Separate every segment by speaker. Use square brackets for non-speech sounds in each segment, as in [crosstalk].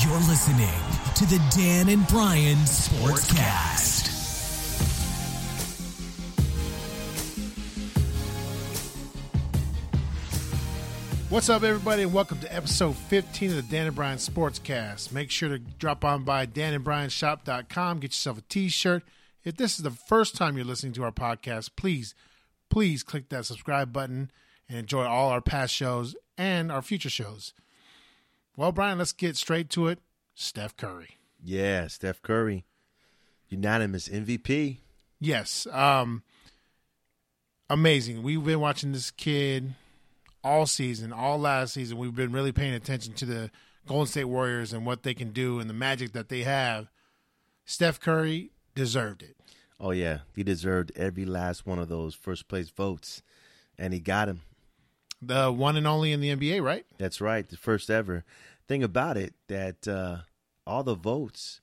Speaker 1: You're listening to the Dan and Brian Sportscast.
Speaker 2: What's up, everybody, and welcome to episode 15 of the Dan and Brian Sportscast. Make sure to drop on by danandbrianshop.com, get yourself a t shirt. If this is the first time you're listening to our podcast, please, please click that subscribe button and enjoy all our past shows and our future shows. Well, Brian, let's get straight to it. Steph Curry.
Speaker 3: Yeah, Steph Curry, unanimous MVP.
Speaker 2: Yes. Um amazing. We've been watching this kid all season, all last season. We've been really paying attention to the Golden State Warriors and what they can do and the magic that they have. Steph Curry deserved it.
Speaker 3: Oh yeah, he deserved every last one of those first place votes, and he got him.
Speaker 2: The one and only in the NBA, right?
Speaker 3: That's right, the first ever. Thing about it that uh, all the votes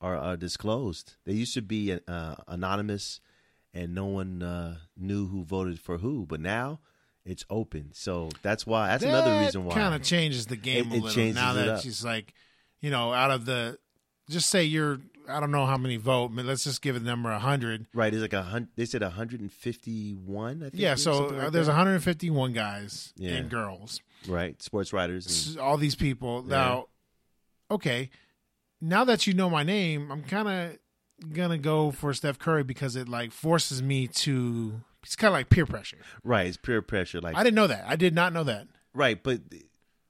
Speaker 3: are uh, disclosed. They used to be uh, anonymous, and no one uh, knew who voted for who. But now it's open, so that's why. That's another reason why.
Speaker 2: kind of changes the game
Speaker 3: It-
Speaker 2: a
Speaker 3: it
Speaker 2: little.
Speaker 3: changes
Speaker 2: now
Speaker 3: it
Speaker 2: that
Speaker 3: up.
Speaker 2: she's like, you know, out of the, just say you're, I don't know how many vote, but let's just give it the number hundred.
Speaker 3: right, it's like a hundred. They said 151. I think.
Speaker 2: Yeah,
Speaker 3: or
Speaker 2: so
Speaker 3: something
Speaker 2: uh,
Speaker 3: like
Speaker 2: there's
Speaker 3: that.
Speaker 2: 151 guys
Speaker 3: Yeah.
Speaker 2: and girls,
Speaker 3: right sports writers.
Speaker 2: S- all these people. Now, okay, now that you know my name, I'm kind of gonna go for Steph Curry because it like forces me to. It's kind of like peer pressure.
Speaker 3: And, right, it's peer pressure. Like
Speaker 2: I didn't know that. I did not know that.
Speaker 3: Right, but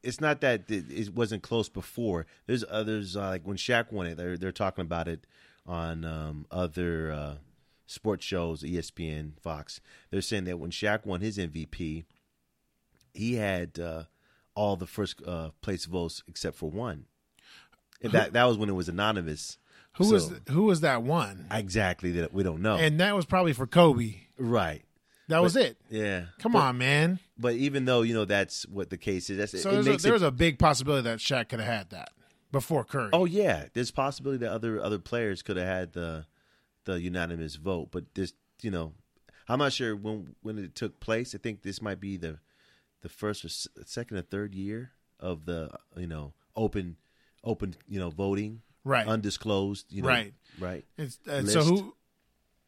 Speaker 3: it's not that it it wasn't close before. There's others uh, like when Shaq won it, they're they're talking about it on um, other uh, sports shows, E ESPN, Fox. They're saying that when Shaq won his MVP, he had uh, all the first uh, place votes except for one. And that that was when it was anonymous.
Speaker 2: Who
Speaker 3: So- Oh.
Speaker 2: was who was that one?
Speaker 3: exactly that? We don't know.
Speaker 2: And that was probably for Kobe.
Speaker 3: right.
Speaker 2: That was it.
Speaker 3: Yeah.
Speaker 2: Come on, man.
Speaker 3: But even though you know that's what the case is, that's
Speaker 2: So
Speaker 3: it
Speaker 2: there's a,
Speaker 3: makes
Speaker 2: there
Speaker 3: it
Speaker 2: was a big possibility that Shaq could have had that before Curry.
Speaker 3: Oh yeah, there's possibility that other other players could have had the the unanimous vote, but this you know, I'm not sure when when it took place. I think this might be the the first or s- second or third year of the you know open open you know voting
Speaker 2: Right.
Speaker 3: undisclosed you know
Speaker 2: Right.
Speaker 3: right.
Speaker 2: It's- and so
Speaker 3: List.
Speaker 2: who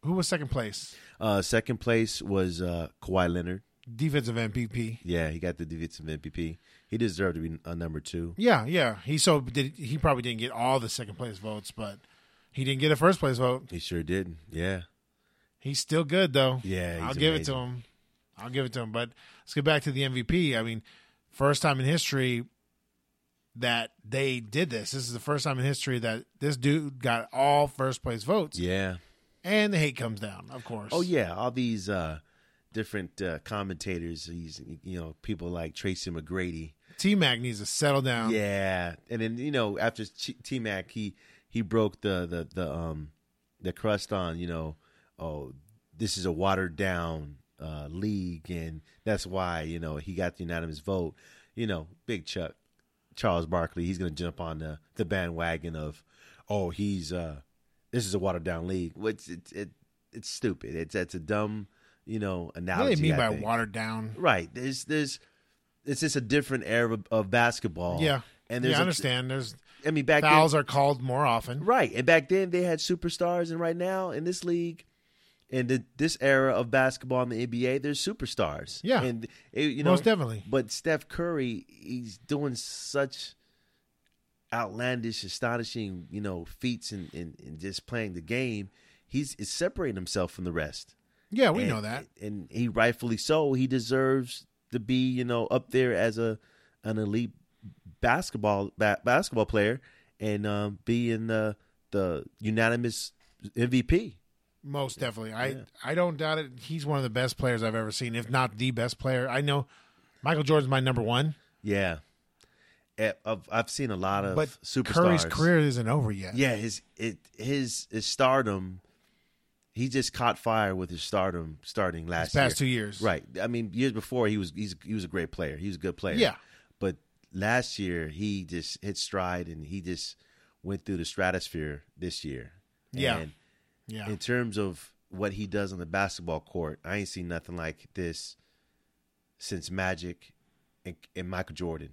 Speaker 2: who was second place?
Speaker 3: Uh, second place was uh, Kawhi Leonard.
Speaker 2: Defensive MVP.
Speaker 3: Yeah, he got the defensive MVP. He deserved to be a number two.
Speaker 2: Yeah, yeah. He so did he probably didn't get all the second place votes, but he didn't get a first place vote.
Speaker 3: He sure did. Yeah.
Speaker 2: He's still good though.
Speaker 3: Yeah, he's
Speaker 2: I'll give it
Speaker 3: amazing.
Speaker 2: to him. I'll give it to him. But let's get back to the MVP. I mean, first time in history that they did this. This is the first time in history that this dude got all first place votes.
Speaker 3: Yeah.
Speaker 2: And the hate comes down, of course.
Speaker 3: Oh yeah, all these uh, different uh, commentators, these you know people like Tracy McGrady.
Speaker 2: T Mac needs to settle down.
Speaker 3: Yeah, and then you know after T Mac, he he broke the the the um the crust on you know oh this is a watered down uh, league and that's why you know he got the unanimous vote. You know, Big Chuck Charles Barkley, he's gonna jump on the the bandwagon of oh he's uh this is a watered down league. What's it, it it's stupid. It's it's a dumb you know
Speaker 2: What
Speaker 3: analogy.
Speaker 2: do they mean by
Speaker 3: I think.
Speaker 2: watered down?
Speaker 3: Right. There's there's it's just a different era of, of basketball.
Speaker 2: Yeah.
Speaker 3: And
Speaker 2: yeah,
Speaker 3: there's
Speaker 2: I
Speaker 3: a-
Speaker 2: understand. There's
Speaker 3: I mean back
Speaker 2: fouls
Speaker 3: then,
Speaker 2: are called more often.
Speaker 3: right. And back then they had superstars and right now in this league in the, this era of basketball in the NBA, there's superstars.
Speaker 2: Yeah.
Speaker 3: And it, you know
Speaker 2: Most definitely.
Speaker 3: But Steph Curry, he's doing such outlandish, astonishing, you know, feats and and, and just playing the game. He's, he's separating himself from the rest.
Speaker 2: Yeah, we
Speaker 3: And-
Speaker 2: know that.
Speaker 3: and he rightfully so. He deserves to be, you know, up there as a an elite basketball ba- basketball player and um, be in the the unanimous MVP.
Speaker 2: Most definitely. I
Speaker 3: Yeah.
Speaker 2: I don't doubt it. He's one of the best players I've ever seen, if not the best player. I know Michael Jordan's my number one,
Speaker 3: Yeah, Eh, I've I've seen a lot of
Speaker 2: but
Speaker 3: superstars.
Speaker 2: Curry's career isn't over yet.
Speaker 3: yeah, his it his his stardom. He just caught fire with his stardom starting
Speaker 2: These
Speaker 3: last year.
Speaker 2: past two years,
Speaker 3: Right. I mean, years before he was he's he was a great player. He was a good player.
Speaker 2: Yeah.
Speaker 3: But last year he just hit stride and he just went through the stratosphere this year.
Speaker 2: Yeah.
Speaker 3: And
Speaker 2: Yeah,
Speaker 3: in terms of what he does on the basketball court, I ain't seen nothing like this since Magic and, and Michael Jordan.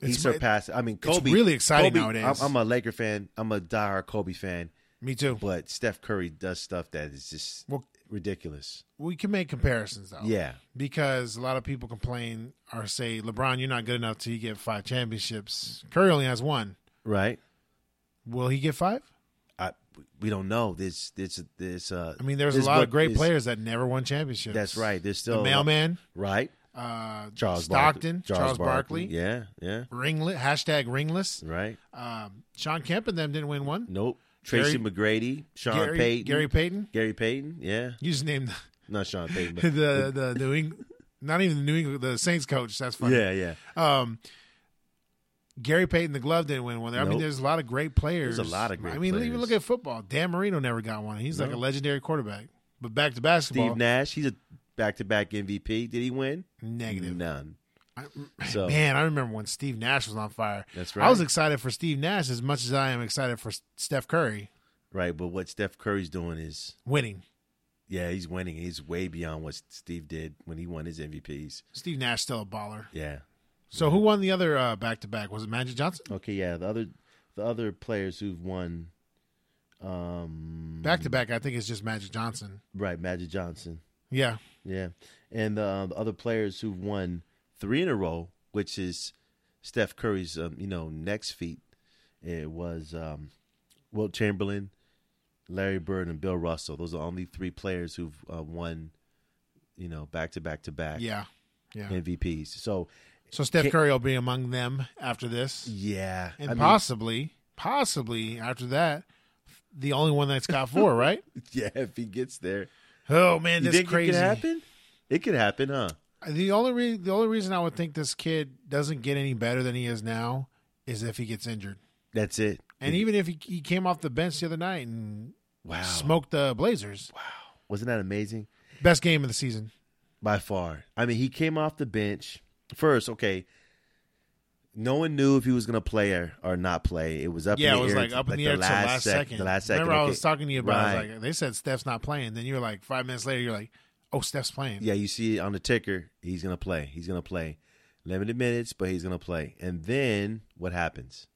Speaker 3: he
Speaker 2: It's-
Speaker 3: surpassed. I mean, Kobe.
Speaker 2: really exciting
Speaker 3: Kobe,
Speaker 2: nowadays.
Speaker 3: I'm, I'm a Laker fan. I'm a diehard Kobe fan,
Speaker 2: Me too.
Speaker 3: but Steph Curry does stuff that is just
Speaker 2: Well-
Speaker 3: ridiculous.
Speaker 2: we can make comparisons though.
Speaker 3: Yeah.
Speaker 2: Because a lot of people complain or say, LeBron, you're not good enough till you get five championships. Curry only has one.
Speaker 3: Right?
Speaker 2: Will he get five?
Speaker 3: I we don't know. There's there's there's uh.
Speaker 2: I mean, there's a
Speaker 3: this
Speaker 2: lot of
Speaker 3: book
Speaker 2: great
Speaker 3: is-
Speaker 2: players that never won championships.
Speaker 3: That's right. There's still
Speaker 2: The mailman,
Speaker 3: Right.
Speaker 2: uh,
Speaker 3: Charles
Speaker 2: Stockton,
Speaker 3: Barkley.
Speaker 2: Charles, Barkley,
Speaker 3: Yeah. Yeah.
Speaker 2: ringlet, hashtag ringless.
Speaker 3: Right.
Speaker 2: Um, Sean Kemp and them didn't win one.
Speaker 3: Nope. Tracy
Speaker 2: Gary-
Speaker 3: McGrady, Sean
Speaker 2: Gary,
Speaker 3: Payton,
Speaker 2: Gary Payton.
Speaker 3: Gary Payton. Yeah.
Speaker 2: You just named
Speaker 3: Not Sean
Speaker 2: [laughs]
Speaker 3: Payton.
Speaker 2: the
Speaker 3: But,
Speaker 2: the, the New England, not even the New England, the Saints coach. That's funny.
Speaker 3: yeah. Yeah.
Speaker 2: Um, Gary Payton, the glove didn't win one. I mean,
Speaker 3: Nope.
Speaker 2: there's a lot of great players.
Speaker 3: There's a lot of great
Speaker 2: I mean, even
Speaker 3: players.
Speaker 2: look at football. Dan Marino never got one. He's like
Speaker 3: No.
Speaker 2: a legendary quarterback. But back to
Speaker 3: Steve
Speaker 2: basketball,
Speaker 3: Nash. He's a back-to-back MVP. Did he win?
Speaker 2: negative.
Speaker 3: None.
Speaker 2: I-
Speaker 3: So-
Speaker 2: man, I remember when Steve Nash was on fire.
Speaker 3: That's
Speaker 2: I
Speaker 3: right.
Speaker 2: was excited for Steve Nash as much as I am excited for S- Steph Curry
Speaker 3: Right, but what Steph Curry's doing is,
Speaker 2: winning.
Speaker 3: yeah, he's winning. He's way beyond what Steve did when he won his MVPs.
Speaker 2: Steve Nash still a baller.
Speaker 3: Yeah.
Speaker 2: So who won the other back to back? Was it Magic Johnson?
Speaker 3: Okay. Yeah. The other, the other players who've won, um,
Speaker 2: Back to back, I think it's just Magic Johnson.
Speaker 3: right, Magic Johnson.
Speaker 2: Yeah,
Speaker 3: Yeah, and uh, the other players who've won three in a row, which is Steph Curry's, um, you know, next feat. It was um, Wilt Chamberlain, Larry Bird, and Bill Russell. Those are only three players who've uh, won, you know, back to back to back
Speaker 2: yeah, yeah.
Speaker 3: MVPs. So
Speaker 2: So Steph
Speaker 3: Can-
Speaker 2: Curry will be among them after this,
Speaker 3: yeah,
Speaker 2: and
Speaker 3: I mean,
Speaker 2: possibly, possibly after that, the only one that's got four,
Speaker 3: [laughs]
Speaker 2: right?
Speaker 3: [laughs] yeah, if he gets there,
Speaker 2: Oh man,
Speaker 3: you
Speaker 2: this
Speaker 3: think
Speaker 2: crazy.
Speaker 3: it could happen? It could happen, huh?
Speaker 2: The only re- the only reason I would think this kid doesn't get any better than he is now is if he gets injured.
Speaker 3: That's it.
Speaker 2: And even if he, he came off the bench the other night and
Speaker 3: wow,
Speaker 2: smoked the Blazers,
Speaker 3: wasn't that amazing?
Speaker 2: best game of the season.
Speaker 3: By far. I mean, he came off the bench first. Okay, no one knew if he was going to play or, or not play. It was up.
Speaker 2: yeah,
Speaker 3: in
Speaker 2: it
Speaker 3: the
Speaker 2: was
Speaker 3: air,
Speaker 2: like up in the air till last
Speaker 3: sec-
Speaker 2: second.
Speaker 3: The last second.
Speaker 2: Remember, I
Speaker 3: Okay.
Speaker 2: was talking to you about. it. I was
Speaker 3: Right.
Speaker 2: like, they said Steph's not playing. Then you're like five minutes later, you're like, oh, Steph's playing.
Speaker 3: Yeah, you see it on the ticker. He's going to play. He's going to play. Limited minutes, but he's going to play. And then what happens?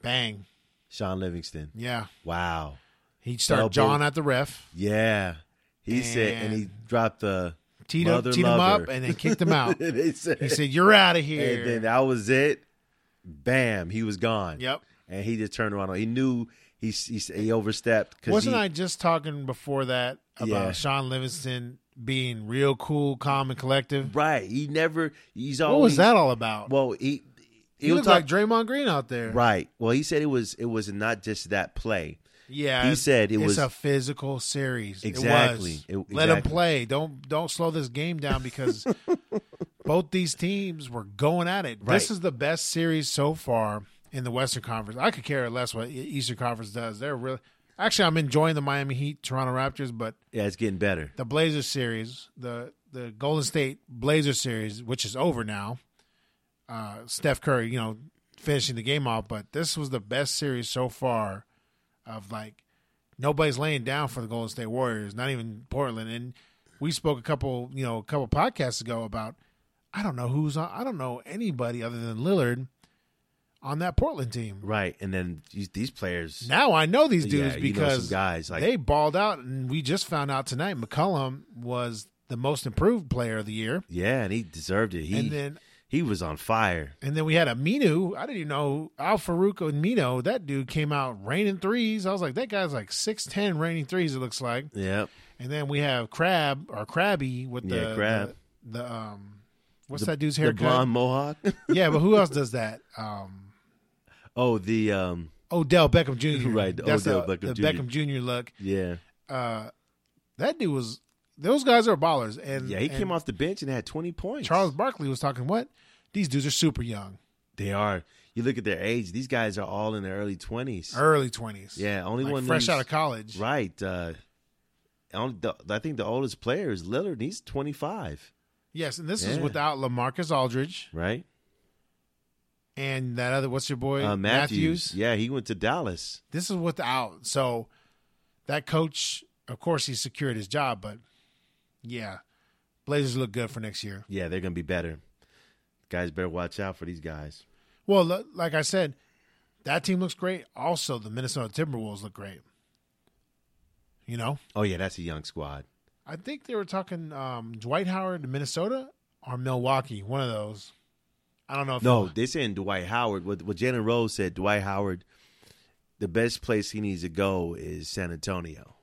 Speaker 2: Bang.
Speaker 3: Sean Livingston.
Speaker 2: Yeah.
Speaker 3: Wow.
Speaker 2: He started
Speaker 3: Double.
Speaker 2: John at the ref,
Speaker 3: Yeah. He said, and he dropped the.
Speaker 2: teed, up,
Speaker 3: Mother
Speaker 2: teed him up,
Speaker 3: lover.
Speaker 2: and then kicked him out.
Speaker 3: [laughs] they said,
Speaker 2: he said, "You're out of
Speaker 3: [laughs] and then
Speaker 2: here."
Speaker 3: that was it. Bam. He was gone.
Speaker 2: Yep.
Speaker 3: and he just turned around. He knew he he, he overstepped. Cause
Speaker 2: Wasn't
Speaker 3: he,
Speaker 2: I just talking before that about
Speaker 3: Yeah.
Speaker 2: Sean Livingston being real cool, calm, and collective?
Speaker 3: right? He never. He's always
Speaker 2: What was that all about?
Speaker 3: Well, he
Speaker 2: he looked
Speaker 3: was
Speaker 2: like Draymond Green out there.
Speaker 3: right. Well, he said it was it was not just that play.
Speaker 2: Yeah,
Speaker 3: He said it
Speaker 2: it's
Speaker 3: was-
Speaker 2: a physical series. It
Speaker 3: Exactly.
Speaker 2: was.
Speaker 3: It-
Speaker 2: Let them
Speaker 3: exactly.
Speaker 2: play. Don't don't slow this game down
Speaker 3: [laughs]
Speaker 2: because both these teams were going at it.
Speaker 3: Right.
Speaker 2: This is the best series so far in the Western Conference. I could care less what E- Eastern Conference does. They're really actually I'm enjoying the Miami Heat, Toronto Raptors, but
Speaker 3: Yeah, it's getting better.
Speaker 2: the Blazers series, the the Golden State Blazers series, which is over now. Uh, Steph Curry, you know, finishing the game off, but this was the best series so far. Of like, nobody's laying down for the Golden State Warriors, not even Portland. And we spoke a couple, you know, a couple podcasts ago about I don't know who's on, I don't know anybody other than Lillard on that Portland team.
Speaker 3: Right, and then these, these players.
Speaker 2: Now I know these
Speaker 3: Yeah,
Speaker 2: dudes
Speaker 3: you know
Speaker 2: because
Speaker 3: some guys, like-
Speaker 2: they balled out, and we just found out tonight McCollum was the most improved player of the year,
Speaker 3: yeah, and he deserved it. He
Speaker 2: and then
Speaker 3: he was on fire.
Speaker 2: and then we had Aminu. I didn't even know Al Farouk and Mino. That dude came out raining threes. I was like, that guy's like six ten raining threes. It looks like,
Speaker 3: Yep.
Speaker 2: and then we have Crab or Crabby with the
Speaker 3: Yeah, Crab.
Speaker 2: the, the, um what's that dude's haircut?
Speaker 3: The
Speaker 2: [laughs]
Speaker 3: blonde mohawk. [laughs]
Speaker 2: yeah, but who else does that? Um
Speaker 3: oh, the um.
Speaker 2: Odell Beckham Jr.
Speaker 3: [laughs] Right, the
Speaker 2: That's
Speaker 3: Odell
Speaker 2: the,
Speaker 3: Beckham
Speaker 2: the
Speaker 3: Jr..
Speaker 2: Beckham Jr. look.
Speaker 3: Yeah.
Speaker 2: uh, that dude was those guys are ballers. And
Speaker 3: Yeah, he
Speaker 2: and
Speaker 3: came off the bench and had twenty points.
Speaker 2: Charles Barkley was talking what these dudes are super young,
Speaker 3: they are. You look at their age; these guys are all in their early twenties.
Speaker 2: early twenties.
Speaker 3: Yeah, only
Speaker 2: like
Speaker 3: one
Speaker 2: fresh
Speaker 3: who's-
Speaker 2: out of college.
Speaker 3: Right. Uh, on the, I think the oldest player is Lillard. and He's 25,
Speaker 2: Yes, and this is
Speaker 3: Yeah.
Speaker 2: without Lamarcus Aldridge
Speaker 3: right?
Speaker 2: and that other what's your boy
Speaker 3: Uh, Matthews. Yeah, he went to Dallas.
Speaker 2: This is without. So that coach, of course, he secured his job, but yeah, Blazers look good for next year.
Speaker 3: Yeah, they're going to be better. Guys better watch out for these guys.
Speaker 2: Well, li- like I said, that team looks great. Also, the Minnesota Timberwolves look great. You know,
Speaker 3: Oh yeah, that's a young squad.
Speaker 2: I think they were talking um, Dwight Howard to Minnesota or Milwaukee, one of those. I don't know. If
Speaker 3: No, they're saying Dwight Howard. What, what Jalen Rose said, Dwight Howard, the best place he needs to go is San Antonio.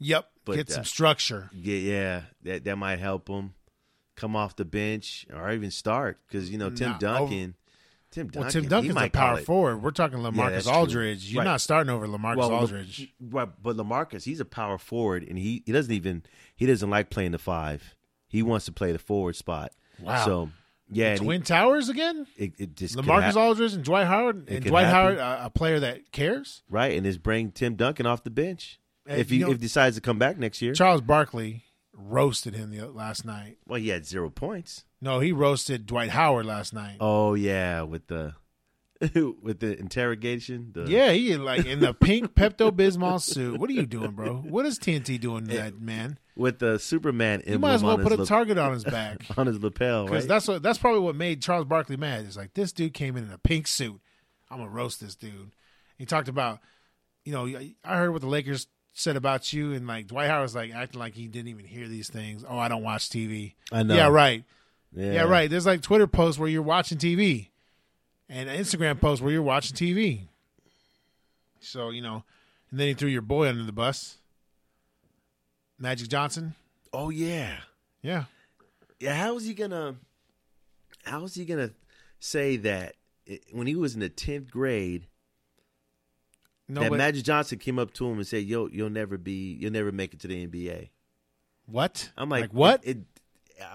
Speaker 2: Yep.
Speaker 3: But,
Speaker 2: get some
Speaker 3: uh,
Speaker 2: structure.
Speaker 3: Yeah, yeah, that that might help him come off the bench or even start because you know Tim
Speaker 2: Nah,
Speaker 3: Duncan. Tim Duncan.
Speaker 2: well, Tim
Speaker 3: he
Speaker 2: Duncan's a
Speaker 3: might call
Speaker 2: power
Speaker 3: it.
Speaker 2: forward. We're talking
Speaker 3: that's
Speaker 2: Lamarcus
Speaker 3: true.
Speaker 2: Aldridge. You're
Speaker 3: Right.
Speaker 2: not starting over Lamarcus
Speaker 3: Well, La-
Speaker 2: Aldridge.
Speaker 3: right, but Lamarcus, he's a power forward, and he, he doesn't even he doesn't like playing the five. He wants to play the forward spot.
Speaker 2: Wow.
Speaker 3: So yeah, and he-
Speaker 2: Twin Towers again?
Speaker 3: it, it just could
Speaker 2: Lamarcus
Speaker 3: hap-
Speaker 2: Aldridge and Dwight Howard
Speaker 3: It
Speaker 2: and
Speaker 3: could
Speaker 2: Dwight
Speaker 3: happen.
Speaker 2: Howard, a, a player that cares.
Speaker 3: right, and just bring Tim Duncan off the bench
Speaker 2: Hey,
Speaker 3: if he
Speaker 2: you know-
Speaker 3: if he decides to come back next year.
Speaker 2: Charles Barkley roasted him the, last night.
Speaker 3: well, he had zero points.
Speaker 2: No, he roasted Dwight Howard last night.
Speaker 3: Oh yeah, with the [laughs] with the interrogation. The,
Speaker 2: Yeah, he like in the pink Pepto Bismol suit. What are you doing, bro? What is TNT doing
Speaker 3: [laughs]
Speaker 2: to that man?
Speaker 3: with the Superman
Speaker 2: You
Speaker 3: emblem
Speaker 2: might as well
Speaker 3: on,
Speaker 2: put a
Speaker 3: his lap-
Speaker 2: target
Speaker 3: [laughs]
Speaker 2: on his back
Speaker 3: on his
Speaker 2: [laughs]
Speaker 3: lapel.
Speaker 2: because
Speaker 3: Right?
Speaker 2: that's what that's probably what made Charles Barkley mad. It's like this dude came in in a pink suit. I'm gonna roast this dude. He talked about, you know, I heard what the Lakers said about you, and like Dwight Howard was like acting like he didn't even hear these things. Oh, I don't watch TV.
Speaker 3: I know.
Speaker 2: Yeah, right. Yeah, right. There's like Twitter posts where you're watching TV and Instagram posts where you're watching TV. So, you know, and then he threw your boy under the bus. Magic Johnson.
Speaker 3: Oh yeah.
Speaker 2: Yeah.
Speaker 3: Yeah, how is he gonna? How is he gonna say that it, when he was in the tenth grade?
Speaker 2: No,
Speaker 3: that
Speaker 2: but,
Speaker 3: Magic Johnson came up to him and said, "Yo, you'll never be, you'll never make it to the NBA."
Speaker 2: what?
Speaker 3: I'm like,
Speaker 2: what?
Speaker 3: It, it-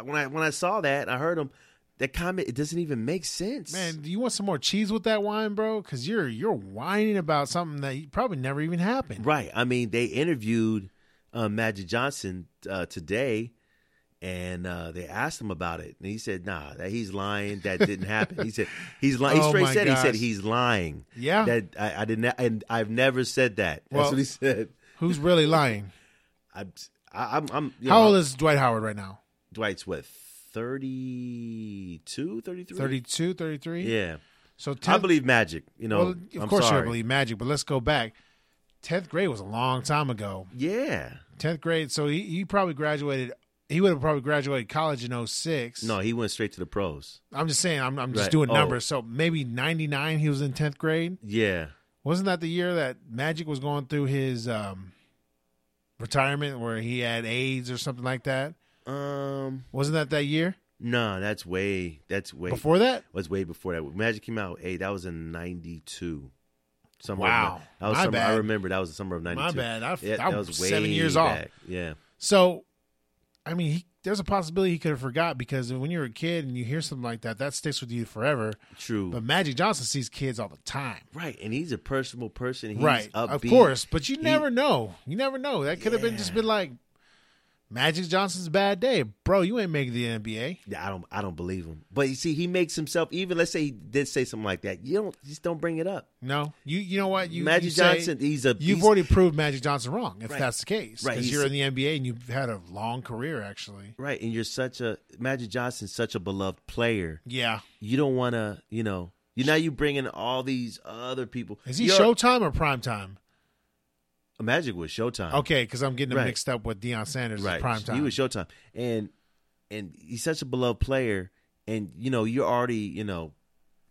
Speaker 3: when I when I saw that, I heard him. That comment it doesn't even make sense,
Speaker 2: Man, do you want some more cheese with that wine, bro? Because you're you're whining about something that probably never even happened.
Speaker 3: Right? I mean, they interviewed uh, Magic Johnson uh, today, and uh, they asked him about it, and he said, "Nah, that he's lying. That didn't happen." He said, "He's lying." He
Speaker 2: [laughs] Oh,
Speaker 3: straight
Speaker 2: my
Speaker 3: said, "He said
Speaker 2: gosh.
Speaker 3: he's lying."
Speaker 2: Yeah.
Speaker 3: that I, I didn't, and I've never said that. That's
Speaker 2: Well-
Speaker 3: what he said.
Speaker 2: Who's
Speaker 3: [laughs]
Speaker 2: really lying?
Speaker 3: I, I, I'm, I'm you
Speaker 2: How
Speaker 3: know,
Speaker 2: old is Dwight Howard right now?
Speaker 3: Dwight's what 32, 33?
Speaker 2: 32, 33?
Speaker 3: Yeah,
Speaker 2: So
Speaker 3: I
Speaker 2: 10,
Speaker 3: believe Magic. You know,
Speaker 2: Well, of
Speaker 3: I'm
Speaker 2: course
Speaker 3: sorry.
Speaker 2: you believe magic, but let's go back. Tenth grade was a long time ago.
Speaker 3: Yeah,
Speaker 2: Tenth grade, so he, he probably graduated. He would have probably graduated college in 06.
Speaker 3: no, he went straight to the pros.
Speaker 2: I'm just saying. I'm, I'm just
Speaker 3: Right.
Speaker 2: doing
Speaker 3: Oh.
Speaker 2: numbers. So maybe ninety nine. He was in tenth grade.
Speaker 3: Yeah,
Speaker 2: Wasn't that the year that Magic was going through his um, retirement, where he had AIDS or something like that?
Speaker 3: um,
Speaker 2: Wasn't that that year
Speaker 3: no, that's way, that's way
Speaker 2: before that?
Speaker 3: was way before that. Magic came out eight. That was in ninety two. Somewhere
Speaker 2: Wow.
Speaker 3: that was
Speaker 2: My
Speaker 3: summer,
Speaker 2: bad.
Speaker 3: I remember that was the summer of ninety two.
Speaker 2: My bad. I, I was seven years off.
Speaker 3: Yeah,
Speaker 2: So, I mean, he, there's a possibility he could have forgot because when you're a kid and you hear something like that, that sticks with you forever.
Speaker 3: true.
Speaker 2: But Magic Johnson sees kids all the time.
Speaker 3: right, and he's a personable person. He's
Speaker 2: right.
Speaker 3: upbeat.
Speaker 2: Of course. But you never know. You never know. That could have been just
Speaker 3: Yeah.
Speaker 2: been like Magic Johnson's bad day. Bro, you ain't making the NBA.
Speaker 3: Yeah, I don't. I don't believe him. But you see, he makes himself. Even let's say he did say something like that. You don't just don't bring it up.
Speaker 2: No. You you know what? You
Speaker 3: Magic
Speaker 2: you say-
Speaker 3: Johnson. He's a.
Speaker 2: You've
Speaker 3: he's-
Speaker 2: already proved Magic Johnson wrong, if
Speaker 3: Right.
Speaker 2: that's the case.
Speaker 3: Right,
Speaker 2: Because
Speaker 3: he's-
Speaker 2: you're in the NBA and you've had a long career, actually.
Speaker 3: right, and you're such a Magic Johnson's such a beloved player.
Speaker 2: Yeah.
Speaker 3: You don't want to. You know. You now you bring in all these other people.
Speaker 2: Is he
Speaker 3: You're-
Speaker 2: Showtime or Primetime?
Speaker 3: Magic was Showtime.
Speaker 2: Okay, because I'm getting him
Speaker 3: Right.
Speaker 2: mixed up with Deion Sanders'
Speaker 3: right.
Speaker 2: Primetime.
Speaker 3: He was Showtime, and and he's such a beloved player. And you know, you're already you know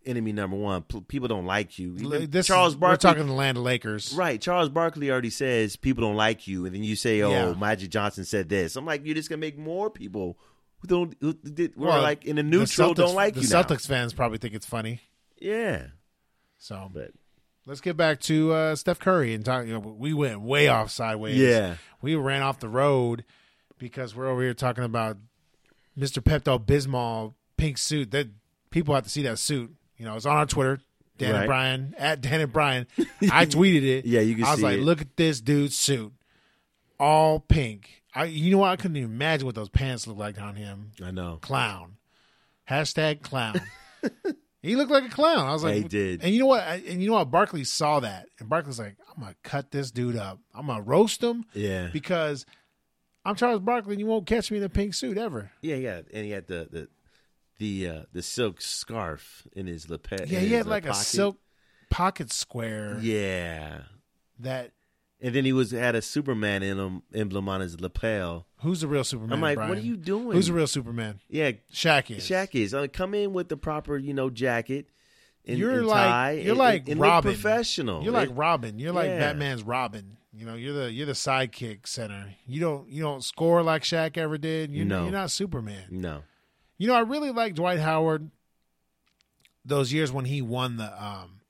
Speaker 3: enemy number one. P- people don't like you. Even
Speaker 2: this
Speaker 3: Charles
Speaker 2: is,
Speaker 3: Barkley.
Speaker 2: We're talking the land of Lakers.
Speaker 3: Right, Charles Barkley already says people don't like you, and then you say, "Oh,
Speaker 2: Yeah.
Speaker 3: Magic Johnson said this." I'm like, you're just gonna make more people who don't who did, were
Speaker 2: Well,
Speaker 3: like in the neutral
Speaker 2: Celtics-
Speaker 3: don't like
Speaker 2: the
Speaker 3: you now.
Speaker 2: Celtics fans probably think it's funny.
Speaker 3: Yeah,
Speaker 2: So
Speaker 3: but
Speaker 2: let's get back to uh, Steph Curry and talk. You know, we went way off sideways.
Speaker 3: Yeah.
Speaker 2: we ran off the road because we're over here talking about Mr. Pepto Bismol pink suit. That people have to see that suit. You know, it's on our Twitter. Dan and
Speaker 3: Right.
Speaker 2: Brian at Dan and
Speaker 3: [laughs]
Speaker 2: Brian. I tweeted it.
Speaker 3: Yeah, you can
Speaker 2: I was
Speaker 3: see
Speaker 2: like,
Speaker 3: it.
Speaker 2: look at this dude's suit, all pink. I, you know, what? I couldn't even imagine what those pants looked like on him.
Speaker 3: I know.
Speaker 2: clown. Hashtag
Speaker 3: [laughs]
Speaker 2: clown. he looked like a clown. I was like,
Speaker 3: Yeah, he did.
Speaker 2: And you know what? I- And you know what? Barkley saw that, and Barkley's like, I'm gonna cut this dude up. I'm gonna roast
Speaker 3: [laughs]
Speaker 2: him
Speaker 3: Yeah,
Speaker 2: because I'm Charles Barkley, and you won't catch me in a pink suit ever.
Speaker 3: yeah, yeah. And he had the the the uh, the silk scarf in his lapel.
Speaker 2: Yeah,
Speaker 3: in
Speaker 2: he
Speaker 3: his,
Speaker 2: had
Speaker 3: uh,
Speaker 2: like a
Speaker 3: pocket.
Speaker 2: silk pocket square
Speaker 3: Yeah,
Speaker 2: that
Speaker 3: and then he was had a Superman emblem, emblem on his lapel.
Speaker 2: who's the real Superman?
Speaker 3: I'm like, what
Speaker 2: Brian?
Speaker 3: are you doing?
Speaker 2: Who's the real Superman?
Speaker 3: yeah,
Speaker 2: Shaq is.
Speaker 3: Shaq is. I'm like, Uh, come in with the proper, you know, jacket. And,
Speaker 2: you're
Speaker 3: and
Speaker 2: like
Speaker 3: tie
Speaker 2: you're
Speaker 3: and-
Speaker 2: like
Speaker 3: and- and look
Speaker 2: Robin.
Speaker 3: professional.
Speaker 2: You're like
Speaker 3: It-
Speaker 2: Robin. You're like
Speaker 3: Yeah.
Speaker 2: Batman's Robin. You know, you're the you're the sidekick center. You don't you don't score like Shaq ever did. You're,
Speaker 3: No.
Speaker 2: you're not Superman.
Speaker 3: no,
Speaker 2: You know, I really like Dwight Howard. Those years when he won the um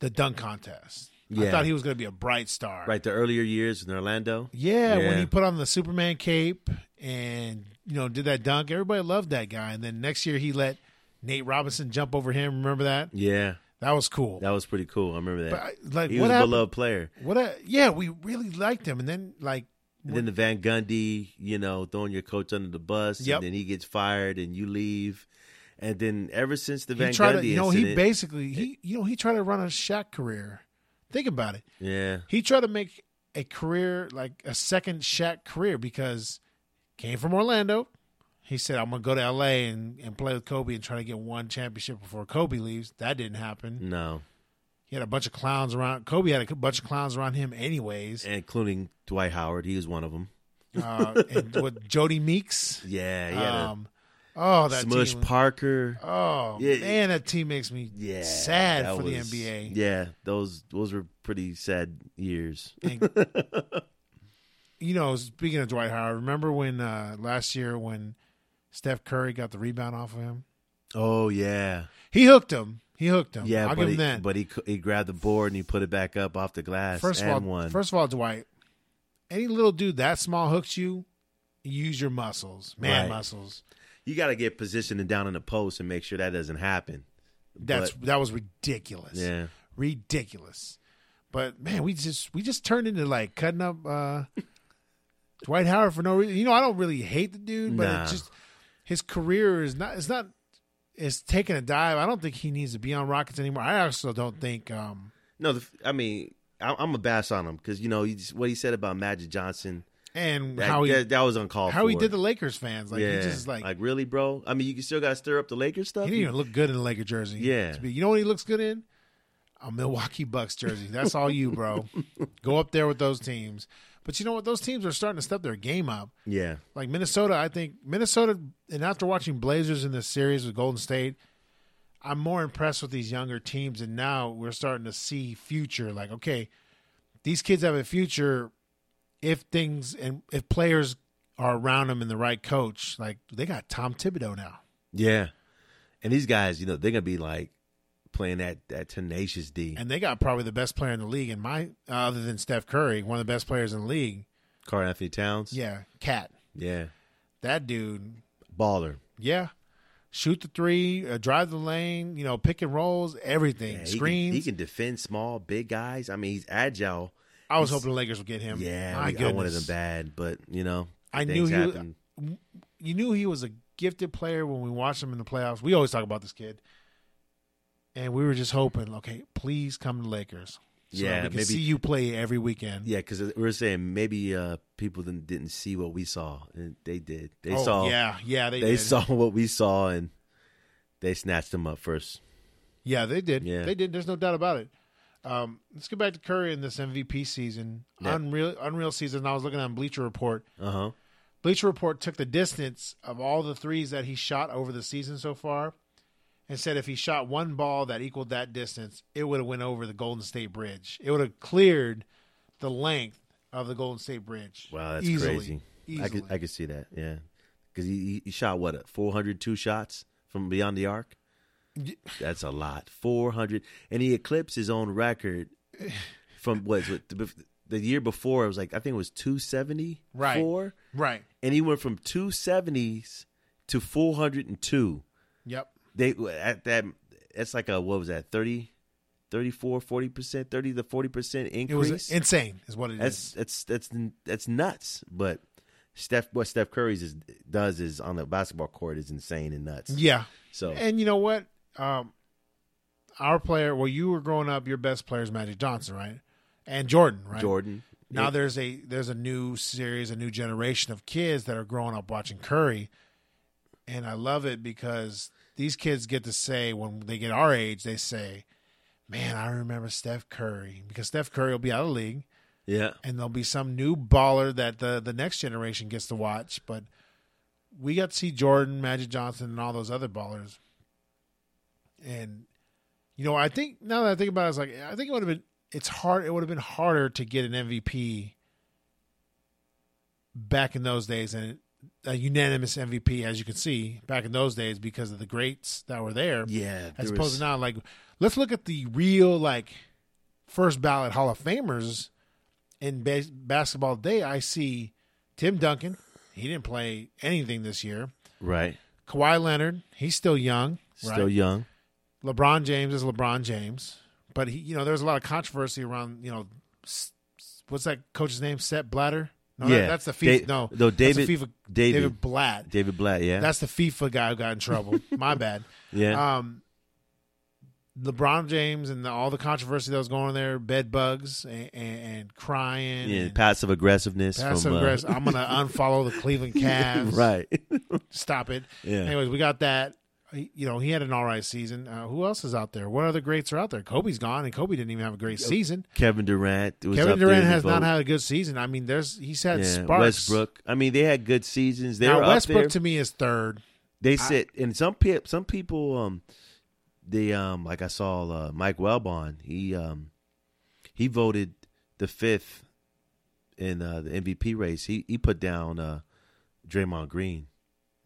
Speaker 2: the dunk contest, I
Speaker 3: Yeah.
Speaker 2: thought he was going to be a bright star.
Speaker 3: right. The earlier years in Orlando.
Speaker 2: Yeah, when
Speaker 3: Yeah.
Speaker 2: he put on the Superman cape and you know did that dunk, everybody loved that guy. And then next year he let Nate Robinson jump over him. Remember that?
Speaker 3: Yeah,
Speaker 2: That was cool.
Speaker 3: that was pretty cool. I remember that.
Speaker 2: But I- like
Speaker 3: he
Speaker 2: what
Speaker 3: was a
Speaker 2: happened?
Speaker 3: beloved player.
Speaker 2: What a yeah, we really liked him, and then like
Speaker 3: And then the Van Gundy, you know, throwing your coach under the bus,
Speaker 2: Yep.
Speaker 3: and then he gets fired, and you leave, and then ever since the Van
Speaker 2: he tried
Speaker 3: Gundy
Speaker 2: to, you know, he
Speaker 3: incident,
Speaker 2: basically he you know he tried to run a Shaq career. Think about it.
Speaker 3: yeah,
Speaker 2: He tried to make a career like a second Shaq career because came from Orlando. He said, "I'm gonna go to L.A. and and play with Kobe and try to get one championship before Kobe leaves." That didn't happen.
Speaker 3: no,
Speaker 2: He had a bunch of clowns around. Kobe had a bunch of clowns around him, anyways.
Speaker 3: including Dwight Howard, he was one of them.
Speaker 2: Uh, and with Jody Meeks,
Speaker 3: [laughs] Yeah, he had a
Speaker 2: um, oh that
Speaker 3: Smush
Speaker 2: team-
Speaker 3: Parker.
Speaker 2: Oh
Speaker 3: Yeah.
Speaker 2: man, that team makes me
Speaker 3: Yeah,
Speaker 2: sad
Speaker 3: that
Speaker 2: for
Speaker 3: was-
Speaker 2: the NBA.
Speaker 3: Yeah, those those were pretty sad years.
Speaker 2: And, you know, speaking of Dwight Howard, remember when uh, last year when Steph Curry got the rebound off of him?
Speaker 3: Oh yeah,
Speaker 2: He hooked him. He hooked him.
Speaker 3: yeah.
Speaker 2: I'll
Speaker 3: but
Speaker 2: give
Speaker 3: he,
Speaker 2: him that.
Speaker 3: But he cou- he grabbed the board and he put it back up off the glass.
Speaker 2: first of
Speaker 3: and
Speaker 2: all,
Speaker 3: one.
Speaker 2: first of all, Dwight, any little dude that small hooks you, use your muscles, man
Speaker 3: Right.
Speaker 2: muscles.
Speaker 3: you got to get positioned and down in the post and make sure that doesn't happen.
Speaker 2: That's that was ridiculous.
Speaker 3: Yeah.
Speaker 2: ridiculous. But man, we just we just turned into like cutting up uh [laughs] Dwight Howard for no reason. You know, I don't really hate the dude, but
Speaker 3: Nah.
Speaker 2: it's just his career is not it's not it's taking a dive. I don't think he needs to be on Rockets anymore. I also don't think um
Speaker 3: No, the, I mean, I, I'm a bash on him because you know he just, what he said about Magic Johnson.
Speaker 2: and
Speaker 3: That,
Speaker 2: how he
Speaker 3: that, that was uncalled
Speaker 2: how he
Speaker 3: for.
Speaker 2: did the Lakers fans. Like
Speaker 3: yeah,
Speaker 2: he just like,
Speaker 3: really, bro. I mean, you still got to stir up the Lakers stuff.
Speaker 2: he didn't even look good in a Laker jersey.
Speaker 3: Yeah.
Speaker 2: To be- You know what he looks good in? A Milwaukee Bucks jersey. That's all you,
Speaker 3: [laughs]
Speaker 2: bro. Go up there with those teams. But you know what? Those teams are starting to step their game up.
Speaker 3: yeah,
Speaker 2: Like Minnesota, I think Minnesota, and after watching Blazers in this series with Golden State, I'm more impressed with these younger teams. And now we're starting to see future. Like, okay, these kids have a future if things and if players are around them and the right coach. Like, they got Tom Thibodeau now.
Speaker 3: yeah. And these guys, you know, they're gonna be like playing that that tenacious D.
Speaker 2: And they got probably the best player in the league, in my, uh, other than Steph Curry, one of the best players in the league.
Speaker 3: Carl Anthony Towns.
Speaker 2: Yeah, Cat.
Speaker 3: yeah,
Speaker 2: That dude,
Speaker 3: baller.
Speaker 2: Yeah. Shoot the three, uh, drive the lane, you know, pick and rolls, everything.
Speaker 3: Yeah, he
Speaker 2: Screens.
Speaker 3: Can, he can defend small, big guys. I mean, he's agile.
Speaker 2: I was hoping the Lakers would get him.
Speaker 3: Yeah,
Speaker 2: My
Speaker 3: we- I wanted him
Speaker 2: goodness.
Speaker 3: bad, but you know,
Speaker 2: I knew
Speaker 3: things
Speaker 2: he was-
Speaker 3: happened.
Speaker 2: You knew he was a gifted player when we watched him in the playoffs. We always talk about this kid. And we were just hoping, okay, please come to Lakers. So that
Speaker 3: Yeah,
Speaker 2: we can
Speaker 3: maybe-
Speaker 2: see you play every weekend.
Speaker 3: Yeah, because we were saying maybe uh, people didn't, didn't see what we saw, and they did. They
Speaker 2: oh,
Speaker 3: saw.
Speaker 2: yeah, yeah, they,
Speaker 3: They
Speaker 2: did.
Speaker 3: saw [laughs] what we saw, and they snatched them up first.
Speaker 2: Yeah, they did.
Speaker 3: Yeah.
Speaker 2: They did. There's no doubt about it. Um, let's get back to Curry in this MVP season,
Speaker 3: Yeah.
Speaker 2: unreal, unreal season. I was looking on Bleacher Report.
Speaker 3: Uh huh.
Speaker 2: Bleacher Report took the distance of all the threes that he shot over the season so far and said if he shot one ball that equaled that distance, it would have went over the Golden State Bridge. It would have cleared the length of the Golden State Bridge.
Speaker 3: Wow, that's
Speaker 2: Easily.
Speaker 3: crazy.
Speaker 2: Easily.
Speaker 3: I could I could see that. Yeah, because he, he- he shot what four hundred two shots from beyond the arc.
Speaker 2: Ye-
Speaker 3: That's a lot. Four hundred, and he eclipsed his
Speaker 2: [sighs]
Speaker 3: own record from what, what the, bef- the year before. It was like I think it was two seventy
Speaker 2: Right.
Speaker 3: four,
Speaker 2: right.
Speaker 3: and he went from two seventies to four hundred and two.
Speaker 2: Yep.
Speaker 3: They at that that's like a what was that 30, 34, 40 percent, thirty to forty percent
Speaker 2: It
Speaker 3: increase.
Speaker 2: was insane is what it is.
Speaker 3: That's that's that's that's nuts. But Steph, what Steph Curry's is, does is on the basketball court is insane and nuts.
Speaker 2: Yeah.
Speaker 3: So
Speaker 2: And you know what? Um, our player, well, you were growing up, your best player is Magic Johnson, right? And Jordan, right?
Speaker 3: Jordan,
Speaker 2: Now
Speaker 3: Yeah,
Speaker 2: there's a there's a new series, a new generation of kids that are growing up watching Curry, and I love it because these kids get to say when they get our age, they say, "Man, I remember Steph Curry," because Steph Curry will be out of the league,
Speaker 3: Yeah.
Speaker 2: and there'll be some new baller that the the next generation gets to watch. But we got to see Jordan, Magic Johnson, and all those other ballers. And you know, I think now that I think about it, it's like I think it would have been it's hard. It would have been harder to get an MVP back in those days, and a unanimous MVP, as you can see, back in those days because of the greats that were there.
Speaker 3: Yeah.
Speaker 2: As
Speaker 3: there
Speaker 2: opposed
Speaker 3: was-
Speaker 2: to now, like let's look at the real like first ballot Hall of Famers in bas- basketball today. I see Tim Duncan. He didn't play anything this year.
Speaker 3: Right.
Speaker 2: Kawhi Leonard. He's still young. Right?
Speaker 3: Still young.
Speaker 2: LeBron James is LeBron James, but he, you know, there's a lot of controversy around, you know, s- s- what's that coach's name? Set Blatter? No, that-
Speaker 3: Yeah.
Speaker 2: that's the
Speaker 3: Da-
Speaker 2: FIFA. no,
Speaker 3: no,
Speaker 2: that's the
Speaker 3: David-
Speaker 2: FIFA,
Speaker 3: David.
Speaker 2: David Blatt.
Speaker 3: David Blatt. Yeah.
Speaker 2: That's the FIFA guy who got in trouble.
Speaker 3: [laughs]
Speaker 2: My bad.
Speaker 3: yeah.
Speaker 2: Um, LeBron James and the, all the controversy that was going on there, bed bugs and, and, and crying,
Speaker 3: yeah.
Speaker 2: and
Speaker 3: Passive aggressiveness.
Speaker 2: passive
Speaker 3: from, uh,
Speaker 2: aggressive.
Speaker 3: [laughs]
Speaker 2: I'm gonna unfollow the Cleveland Cavs.
Speaker 3: right. [laughs]
Speaker 2: stop it.
Speaker 3: Yeah.
Speaker 2: Anyways, we got that. He- You know, he had an all right season. Uh, who else is out there? What other greats are out there? Kobe's gone, and Kobe didn't even have a great season.
Speaker 3: Kevin Durant. was
Speaker 2: Kevin
Speaker 3: up there
Speaker 2: Durant
Speaker 3: in the
Speaker 2: has not
Speaker 3: vote.
Speaker 2: had a good season. I mean, there's he's had
Speaker 3: Yeah,
Speaker 2: sparks.
Speaker 3: Westbrook. I mean, they had good seasons. They
Speaker 2: Now
Speaker 3: were
Speaker 2: Westbrook
Speaker 3: up there.
Speaker 2: to me is third.
Speaker 3: they sit, and some pe- some people, um, they um, like I saw uh, Mike Welbon. He um, he voted the fifth in uh, the MVP race. He he put down uh, Draymond Green.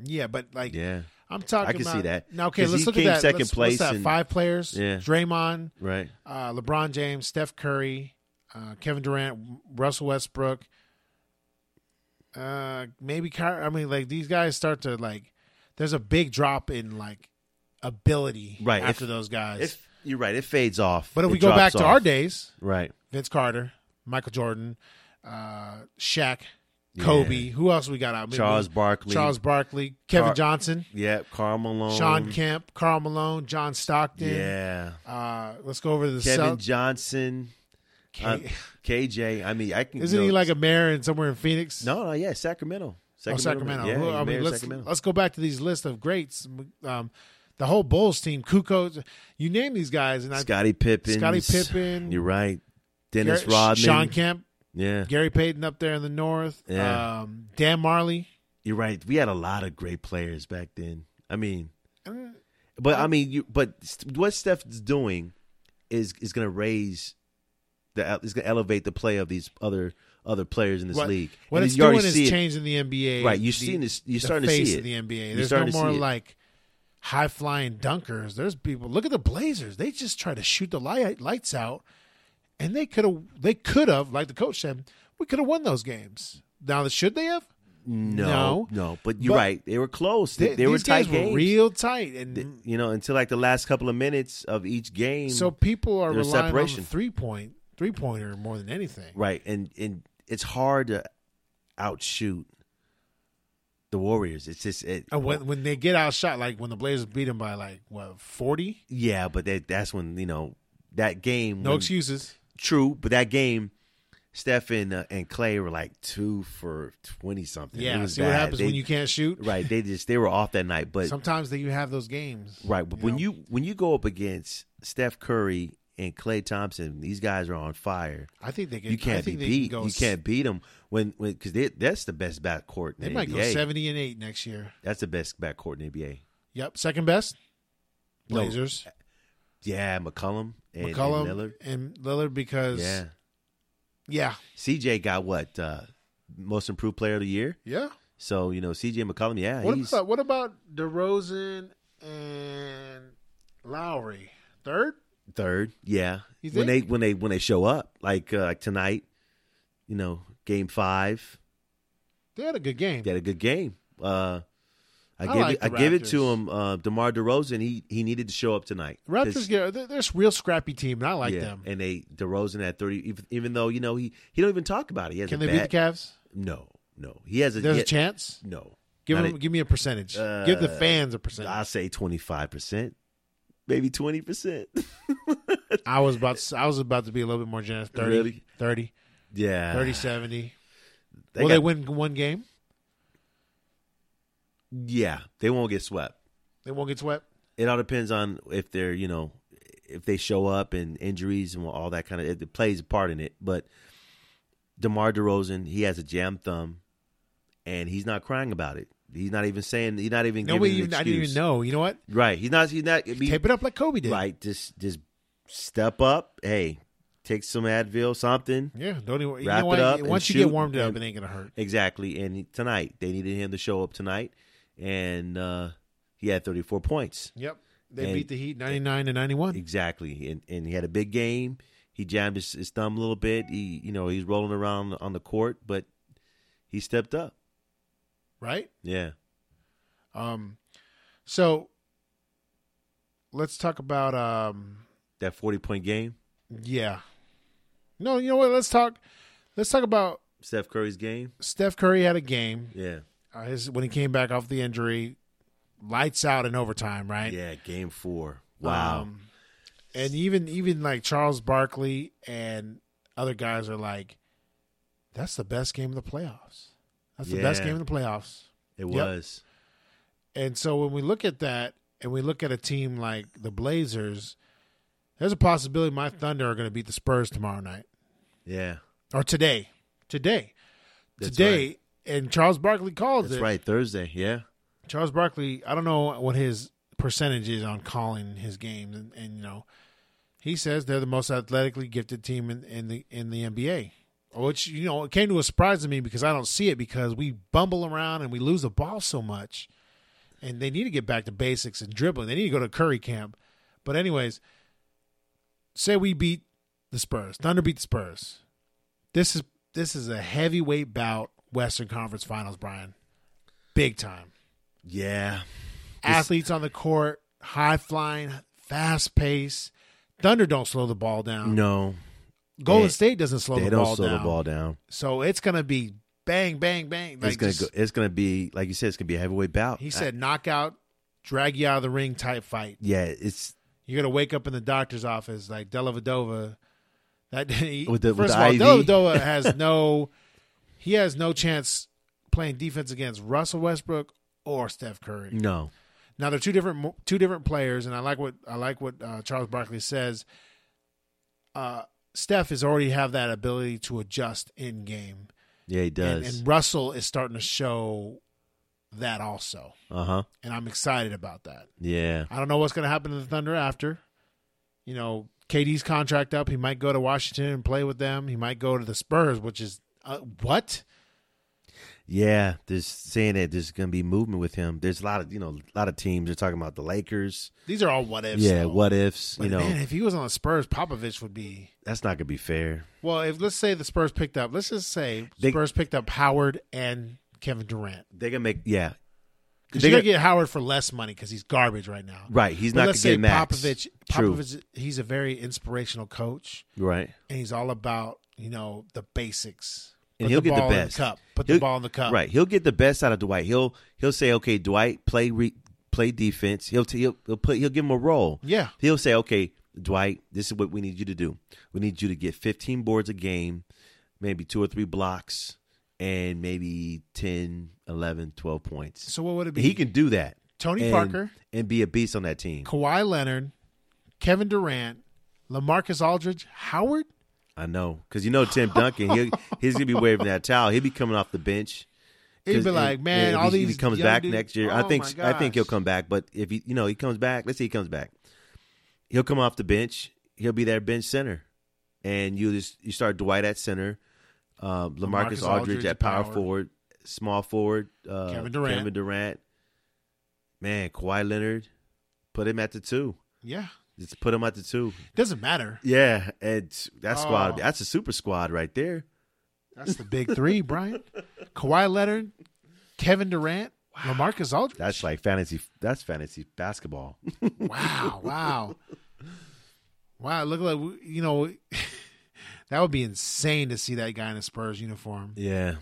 Speaker 2: Yeah, but like
Speaker 3: Yeah,
Speaker 2: I'm talking,
Speaker 3: I can see
Speaker 2: about-
Speaker 3: that.
Speaker 2: Now, okay,
Speaker 3: 'Cause
Speaker 2: let's
Speaker 3: he
Speaker 2: look
Speaker 3: came
Speaker 2: at that.
Speaker 3: second
Speaker 2: Let's- what's
Speaker 3: place
Speaker 2: that?
Speaker 3: and-
Speaker 2: Five players:
Speaker 3: Yeah.
Speaker 2: Draymond,
Speaker 3: right.
Speaker 2: uh, LeBron James, Steph Curry, uh, Kevin Durant, Russell Westbrook, uh, maybe Kyrie. I mean, like these guys start to like. There's a big drop in like ability
Speaker 3: Right,
Speaker 2: after
Speaker 3: if-
Speaker 2: those guys.
Speaker 3: It, you're right. It fades off.
Speaker 2: but if
Speaker 3: It
Speaker 2: we go back to
Speaker 3: drops
Speaker 2: our
Speaker 3: off.
Speaker 2: days,
Speaker 3: right?
Speaker 2: Vince Carter, Michael Jordan, uh, Shaq, Kobe. Who else we got out? Maybe
Speaker 3: Charles Barkley.
Speaker 2: Charles Barkley, Kevin
Speaker 3: Car-
Speaker 2: Johnson,
Speaker 3: Yeah, Karl Malone.
Speaker 2: Sean Kemp, Carl Malone, John Stockton.
Speaker 3: Yeah,
Speaker 2: Uh, let's go over to the
Speaker 3: Kevin
Speaker 2: Celt-
Speaker 3: Johnson. uh,
Speaker 2: K-
Speaker 3: KJ. I mean, I can.
Speaker 2: Isn't
Speaker 3: you
Speaker 2: he
Speaker 3: know,
Speaker 2: like a mayor in somewhere in Phoenix?
Speaker 3: No, no, yeah, Sacramento.
Speaker 2: oh, Sacramento. Who-
Speaker 3: Yeah,
Speaker 2: I mean,
Speaker 3: Mayor
Speaker 2: let's
Speaker 3: Sacramento.
Speaker 2: let's go back to these lists of greats. Um, the whole Bulls team, Kukoc, you name these guys, and I
Speaker 3: Scottie Pippen.
Speaker 2: Scottie Pippen.
Speaker 3: You're right. Dennis
Speaker 2: Garrett-
Speaker 3: Rodman.
Speaker 2: Sean Kemp,
Speaker 3: Yeah,
Speaker 2: Gary Payton up there in the north,
Speaker 3: Yeah.
Speaker 2: um, Dan Marley.
Speaker 3: you're right. We had a lot of great players back then. I mean,
Speaker 2: Uh,
Speaker 3: but I mean, you, but what Steph's doing is is going to raise the is going to elevate the play of these other other players in this
Speaker 2: What,
Speaker 3: league.
Speaker 2: what
Speaker 3: And
Speaker 2: it's
Speaker 3: you
Speaker 2: doing
Speaker 3: already
Speaker 2: is
Speaker 3: see it.
Speaker 2: changing the NBA.
Speaker 3: Right, you're
Speaker 2: the-
Speaker 3: seeing this- you're
Speaker 2: the
Speaker 3: starting to see
Speaker 2: face
Speaker 3: it.
Speaker 2: of the NBA.
Speaker 3: You're
Speaker 2: There's no
Speaker 3: starting to
Speaker 2: more
Speaker 3: see it.
Speaker 2: like high flying dunkers. There's people. Look at the Blazers. They just try to shoot the light, lights out, and they could have. They could have, like the coach said, we could have won those games. Now, should they have?
Speaker 3: No,
Speaker 2: No.
Speaker 3: no, But you're
Speaker 2: But-
Speaker 3: right. They were close. They,
Speaker 2: Th-
Speaker 3: they were
Speaker 2: these
Speaker 3: tight
Speaker 2: games, were real tight, and
Speaker 3: You know, until like the last couple of minutes of each game.
Speaker 2: so people are
Speaker 3: there's
Speaker 2: relying on
Speaker 3: separation.
Speaker 2: the three point three pointer more than anything.
Speaker 3: Right, and and it's hard to outshoot the Warriors. It's just it,
Speaker 2: And when when they get outshot, like when the Blazers beat them by like what forty,
Speaker 3: yeah, but that that's when you know that game.
Speaker 2: no
Speaker 3: when-
Speaker 2: excuses.
Speaker 3: True, but that game, Steph and, uh, and Clay were like two for twenty something. It
Speaker 2: Yeah,
Speaker 3: was
Speaker 2: see what
Speaker 3: bad.
Speaker 2: happens
Speaker 3: They-
Speaker 2: when you can't shoot.
Speaker 3: Right, they just they were off that night, but
Speaker 2: Sometimes that you have those games.
Speaker 3: right, but when
Speaker 2: know.
Speaker 3: you when you go up against Steph Curry and Clay Thompson, these guys are on fire.
Speaker 2: I think they can.
Speaker 3: You
Speaker 2: I
Speaker 3: can't be
Speaker 2: think they
Speaker 3: beat.
Speaker 2: Can go,
Speaker 3: you can't beat them when when because that's the best backcourt. In
Speaker 2: They
Speaker 3: the
Speaker 2: might
Speaker 3: NBA.
Speaker 2: go seventy and eight next year.
Speaker 3: That's the best backcourt in the NBA.
Speaker 2: Yep, second best.
Speaker 3: No.
Speaker 2: Blazers,
Speaker 3: Yeah, McCollum and, and
Speaker 2: McCollum, and
Speaker 3: Lillard.
Speaker 2: Lillard, because
Speaker 3: Yeah,
Speaker 2: yeah, yeah,
Speaker 3: CJ got what uh, most improved player of the year. So you know CJ McCollum. Yeah,
Speaker 2: What
Speaker 3: he's
Speaker 2: about what about DeRozan and Lowry? Third,
Speaker 3: third. Yeah,
Speaker 2: You
Speaker 3: when they
Speaker 2: think?
Speaker 3: when they when they show up like uh, like tonight, you know, game five,
Speaker 2: they had a good game.
Speaker 3: they had a good game. Uh, I,
Speaker 2: I
Speaker 3: give
Speaker 2: like
Speaker 3: it, I
Speaker 2: the
Speaker 3: give it to
Speaker 2: Raptors.
Speaker 3: him. Uh, Demar Derozan. He he needed to show up tonight. 'Cause-
Speaker 2: Raptors, yeah, they're, they're a real scrappy team, and I like them.
Speaker 3: And they DeRozan at thirty, even, even though you know he he don't even talk about it. He has
Speaker 2: Can they
Speaker 3: a bad-
Speaker 2: beat the Cavs?
Speaker 3: No, no. He has a
Speaker 2: There's
Speaker 3: he-
Speaker 2: a chance.
Speaker 3: No,
Speaker 2: Give
Speaker 3: Not
Speaker 2: them,
Speaker 3: a- Uh,
Speaker 2: give me a percentage. give the fans a percentage.
Speaker 3: I say twenty five percent, maybe twenty percent. [laughs]
Speaker 2: I was about to, I was about to be a little bit more generous. 30,
Speaker 3: Really?
Speaker 2: 30,
Speaker 3: Yeah,
Speaker 2: 30, 70.
Speaker 3: They
Speaker 2: Will
Speaker 3: got-
Speaker 2: they win one game?
Speaker 3: yeah, they won't get swept.
Speaker 2: They won't get swept.
Speaker 3: It all depends on if they're you know if they show up and injuries and all that kind of it plays a part in it. But DeMar DeRozan, he has a jam thumb, and he's not crying about it. He's not even saying he's not even
Speaker 2: Nobody,
Speaker 3: giving an
Speaker 2: even, I didn't even
Speaker 3: excuse.
Speaker 2: know. You know what?
Speaker 3: Right? He's not. He's not. he-
Speaker 2: Tape it up like Kobe did.
Speaker 3: Right? Just just step up. Hey, take some Advil, something.
Speaker 2: Yeah. Don't even. you
Speaker 3: Wrap
Speaker 2: know
Speaker 3: it
Speaker 2: what?
Speaker 3: up and
Speaker 2: Once you
Speaker 3: shoot
Speaker 2: get warmed up,
Speaker 3: and-
Speaker 2: it ain't gonna hurt.
Speaker 3: Exactly. And tonight, they needed him to show up tonight. And uh, he had 34 points.
Speaker 2: Yep. They
Speaker 3: And-
Speaker 2: beat the Heat ninety nine to ninety one.
Speaker 3: Exactly. And, and he had a big game. He jammed his, his thumb a little bit. He, you know, he's rolling around on the court, but he stepped up.
Speaker 2: Right.
Speaker 3: Yeah.
Speaker 2: Um. So let's talk about um.
Speaker 3: That 40 point game,
Speaker 2: Yeah. No, you know what? Let's talk. Let's talk about
Speaker 3: Steph Curry's game.
Speaker 2: Steph Curry had a game.
Speaker 3: Yeah.
Speaker 2: Uh, his when he came back off the injury, lights out in overtime, right?
Speaker 3: Yeah. Game four. Wow.
Speaker 2: Um, and even even like Charles Barkley and other guys are like, that's the best game of the playoffs. That's the best
Speaker 3: Yeah.
Speaker 2: game of the playoffs.
Speaker 3: it
Speaker 2: yep.
Speaker 3: was.
Speaker 2: And so when we look at that and we look at a team like the Blazers, there's a possibility my Thunder are going to beat the Spurs tomorrow night
Speaker 3: Yeah.
Speaker 2: or today. Today.
Speaker 3: That's
Speaker 2: today.
Speaker 3: right.
Speaker 2: And Charles Barkley calls
Speaker 3: That's
Speaker 2: it.
Speaker 3: right. Thursday. Yeah.
Speaker 2: Charles Barkley, I don't know what his percentage is on calling his games, and, and you know, he says they're the most athletically gifted team in, in the in the NBA. Which you know, it came to a surprise to me because I don't see it because we bumble around and we lose the ball so much, and they need to get back to basics and dribbling. They need to go to Curry camp. But anyways, say we beat the Spurs, Thunder beat the Spurs. This is this is a heavyweight bout, Western Conference Finals, Brian, big time
Speaker 3: Yeah.
Speaker 2: athletes on the court, high flying, fast pace. Thunder don't slow the ball down.
Speaker 3: No.
Speaker 2: Golden
Speaker 3: they-
Speaker 2: State doesn't slow
Speaker 3: they
Speaker 2: the
Speaker 3: don't
Speaker 2: ball
Speaker 3: slow
Speaker 2: down.
Speaker 3: the ball down.
Speaker 2: So it's gonna be bang, bang, bang. Like
Speaker 3: it's gonna
Speaker 2: just-
Speaker 3: go, it's gonna be like you said. It's gonna be a heavyweight bout.
Speaker 2: he
Speaker 3: I-
Speaker 2: said, knockout, drag you out of the ring type fight.
Speaker 3: yeah, it's
Speaker 2: You're gonna wake up in the doctor's office like Dellavedova. That [laughs] he,
Speaker 3: With the- with
Speaker 2: first
Speaker 3: the IV.
Speaker 2: of all, Dellavedova has no, he has no chance playing defense against Russell Westbrook or Steph Curry.
Speaker 3: no,
Speaker 2: Now they're two different mo- two different players, and I like what I like what uh, Charles Barkley says. Uh, Steph has already have that ability to adjust in game,
Speaker 3: yeah, he
Speaker 2: and,
Speaker 3: does.
Speaker 2: and Russell is starting to show that also,
Speaker 3: Uh huh.
Speaker 2: and I'm excited about that.
Speaker 3: Yeah,
Speaker 2: I don't know what's going to happen to the Thunder after. You know, KD's contract up. He might go to Washington and play with them. He might go to the Spurs, which is uh, what
Speaker 3: yeah. There's saying that there's gonna be movement with him. There's a lot of you know, a lot of teams. They're talking about the Lakers.
Speaker 2: these are all what ifs.
Speaker 3: yeah,
Speaker 2: though.
Speaker 3: what ifs?
Speaker 2: But
Speaker 3: you know,
Speaker 2: man, if he was on the Spurs, Popovich would be
Speaker 3: that's not gonna be fair.
Speaker 2: Well, if let's say the Spurs picked up, let's just say
Speaker 3: They-
Speaker 2: Spurs picked up Howard and Kevin Durant.
Speaker 3: They gonna make yeah,
Speaker 2: Because
Speaker 3: They
Speaker 2: you're gonna
Speaker 3: got-
Speaker 2: get Howard for less money because he's garbage right now.
Speaker 3: right. He's
Speaker 2: But
Speaker 3: not gonna
Speaker 2: let's say
Speaker 3: get max.
Speaker 2: Popovich.
Speaker 3: True.
Speaker 2: Popovich, he's a very inspirational coach,
Speaker 3: Right.
Speaker 2: and he's all about you know the basics.
Speaker 3: And
Speaker 2: Put
Speaker 3: he'll get the
Speaker 2: ball in
Speaker 3: best.
Speaker 2: the cup. Put
Speaker 3: He'll-
Speaker 2: the ball in the cup.
Speaker 3: Right. He'll get the best out of Dwight. He'll he'll say, okay, Dwight, play re, play defense. He'll, t- he'll he'll put he'll give him a role.
Speaker 2: Yeah.
Speaker 3: He'll say, okay, Dwight, this is what we need you to do. We need you to get 15 boards a game, maybe two or three blocks, and maybe 10, 11, 12 points.
Speaker 2: So what would it be?
Speaker 3: He can do that.
Speaker 2: Tony
Speaker 3: and-
Speaker 2: Parker.
Speaker 3: and be a beast on that team.
Speaker 2: Kawhi Leonard, Kevin Durant, LaMarcus Aldridge, Howard.
Speaker 3: I know, because you know
Speaker 2: [laughs]
Speaker 3: Tim Duncan, he'll, he's gonna be waving that towel. He'll be coming off the bench.
Speaker 2: It'd
Speaker 3: 'Cause
Speaker 2: be
Speaker 3: if-
Speaker 2: like,
Speaker 3: yeah,
Speaker 2: man,
Speaker 3: if
Speaker 2: all
Speaker 3: he,
Speaker 2: these
Speaker 3: if he comes
Speaker 2: young
Speaker 3: back
Speaker 2: dudes-
Speaker 3: next year.
Speaker 2: Oh
Speaker 3: I think
Speaker 2: my
Speaker 3: I think he'll
Speaker 2: gosh.
Speaker 3: come back, but if he you know he comes back, let's say he comes back, he'll come off the bench. He'll be their bench center, and you just you start Dwight at center, um, LaMarcus,
Speaker 2: LaMarcus
Speaker 3: Aldridge,
Speaker 2: Aldridge
Speaker 3: at
Speaker 2: at
Speaker 3: power,
Speaker 2: power.
Speaker 3: forward, small forward, uh,
Speaker 2: Kevin Durant.
Speaker 3: Kevin Durant, man, Kawhi Leonard, put him at the two.
Speaker 2: Yeah,
Speaker 3: Just put him at the two.
Speaker 2: doesn't matter.
Speaker 3: Yeah, and that squad,
Speaker 2: Oh.
Speaker 3: that's a super squad right there.
Speaker 2: That's the big three,
Speaker 3: [laughs]
Speaker 2: Brian. Kawhi Leonard, Kevin Durant, LaMarcus Aldridge.
Speaker 3: That's like fantasy. That's fantasy basketball. [laughs]
Speaker 2: wow, wow, wow. Look like we- you know [laughs] that would be insane to see that guy in a Spurs uniform.
Speaker 3: Yeah.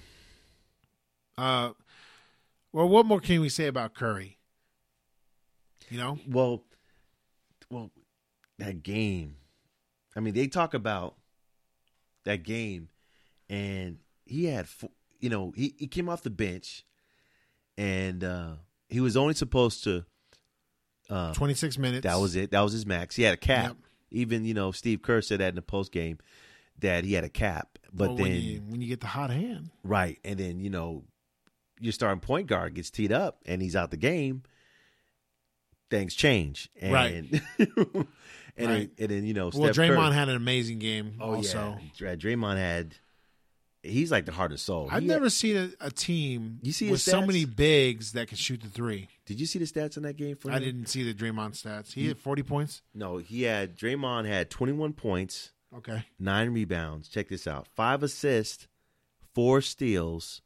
Speaker 2: Uh, well, what more can we say about Curry? You know,
Speaker 3: Well, well, that game. I mean, they talk about that game, and he had, fo- you know, he, he came off the bench, and uh he was only supposed to. uh,
Speaker 2: 26 minutes.
Speaker 3: That was it. That was his max. He had a cap.
Speaker 2: Yep.
Speaker 3: Even you know Steve Kerr said that in the post game that he had a cap, but
Speaker 2: Well,
Speaker 3: then
Speaker 2: when you, when you get the hot hand.
Speaker 3: right, and then you know your starting point guard gets teed up and he's out the game. Things change, [laughs] and
Speaker 2: Right.
Speaker 3: and, then,
Speaker 2: Right.
Speaker 3: and then you know
Speaker 2: well,
Speaker 3: Steph
Speaker 2: Draymond
Speaker 3: Curry.
Speaker 2: had an amazing game.
Speaker 3: oh
Speaker 2: also,
Speaker 3: yeah, Dra- Draymond had. He's like the heart and soul.
Speaker 2: I've
Speaker 3: He-
Speaker 2: never seen a, a team
Speaker 3: Oh, You see
Speaker 2: with
Speaker 3: his
Speaker 2: so
Speaker 3: stats?
Speaker 2: many bigs that can shoot the three.
Speaker 3: did you see the stats in that game for him?
Speaker 2: I didn't see the Draymond stats. He had 40 points.
Speaker 3: No, he had Draymond had 21 points.
Speaker 2: Okay.
Speaker 3: nine rebounds. Check this out: five assists, four steals,